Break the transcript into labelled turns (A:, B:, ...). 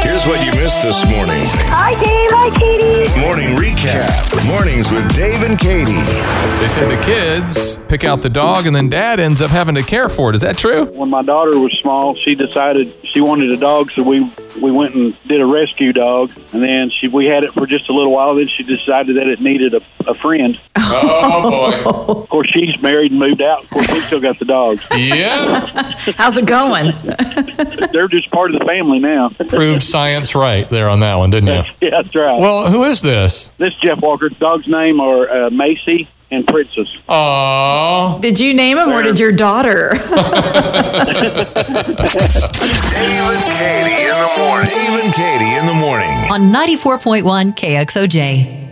A: Here's what you missed this morning.
B: Hi, Dave. Hi, Katie.
A: Morning recap. Mornings with Dave and Katie.
C: They say the kids pick out the dog and then dad ends up having to care for it. Is that true?
D: When my daughter was small, she decided she wanted a dog, so we we went and did a rescue dog, and then she we had it for just a little while. Then she decided that it needed a, a friend.
C: Oh,
D: Of course, she's married and moved out. Of course, we still got the dogs.
C: boy. yeah.
E: How's it going?
D: They're just part of the family now.
C: Proved science right there on that one, didn't you?
D: yeah, that's right.
C: Well, who is this?
D: this is Jeff Walker. Dog's name are uh, Macy and Princess.
C: Oh,
E: Did you name him or did your daughter?
A: Dave and Katie in the morning. Dave and Katie in the morning.
F: on 94.1 KXOJ.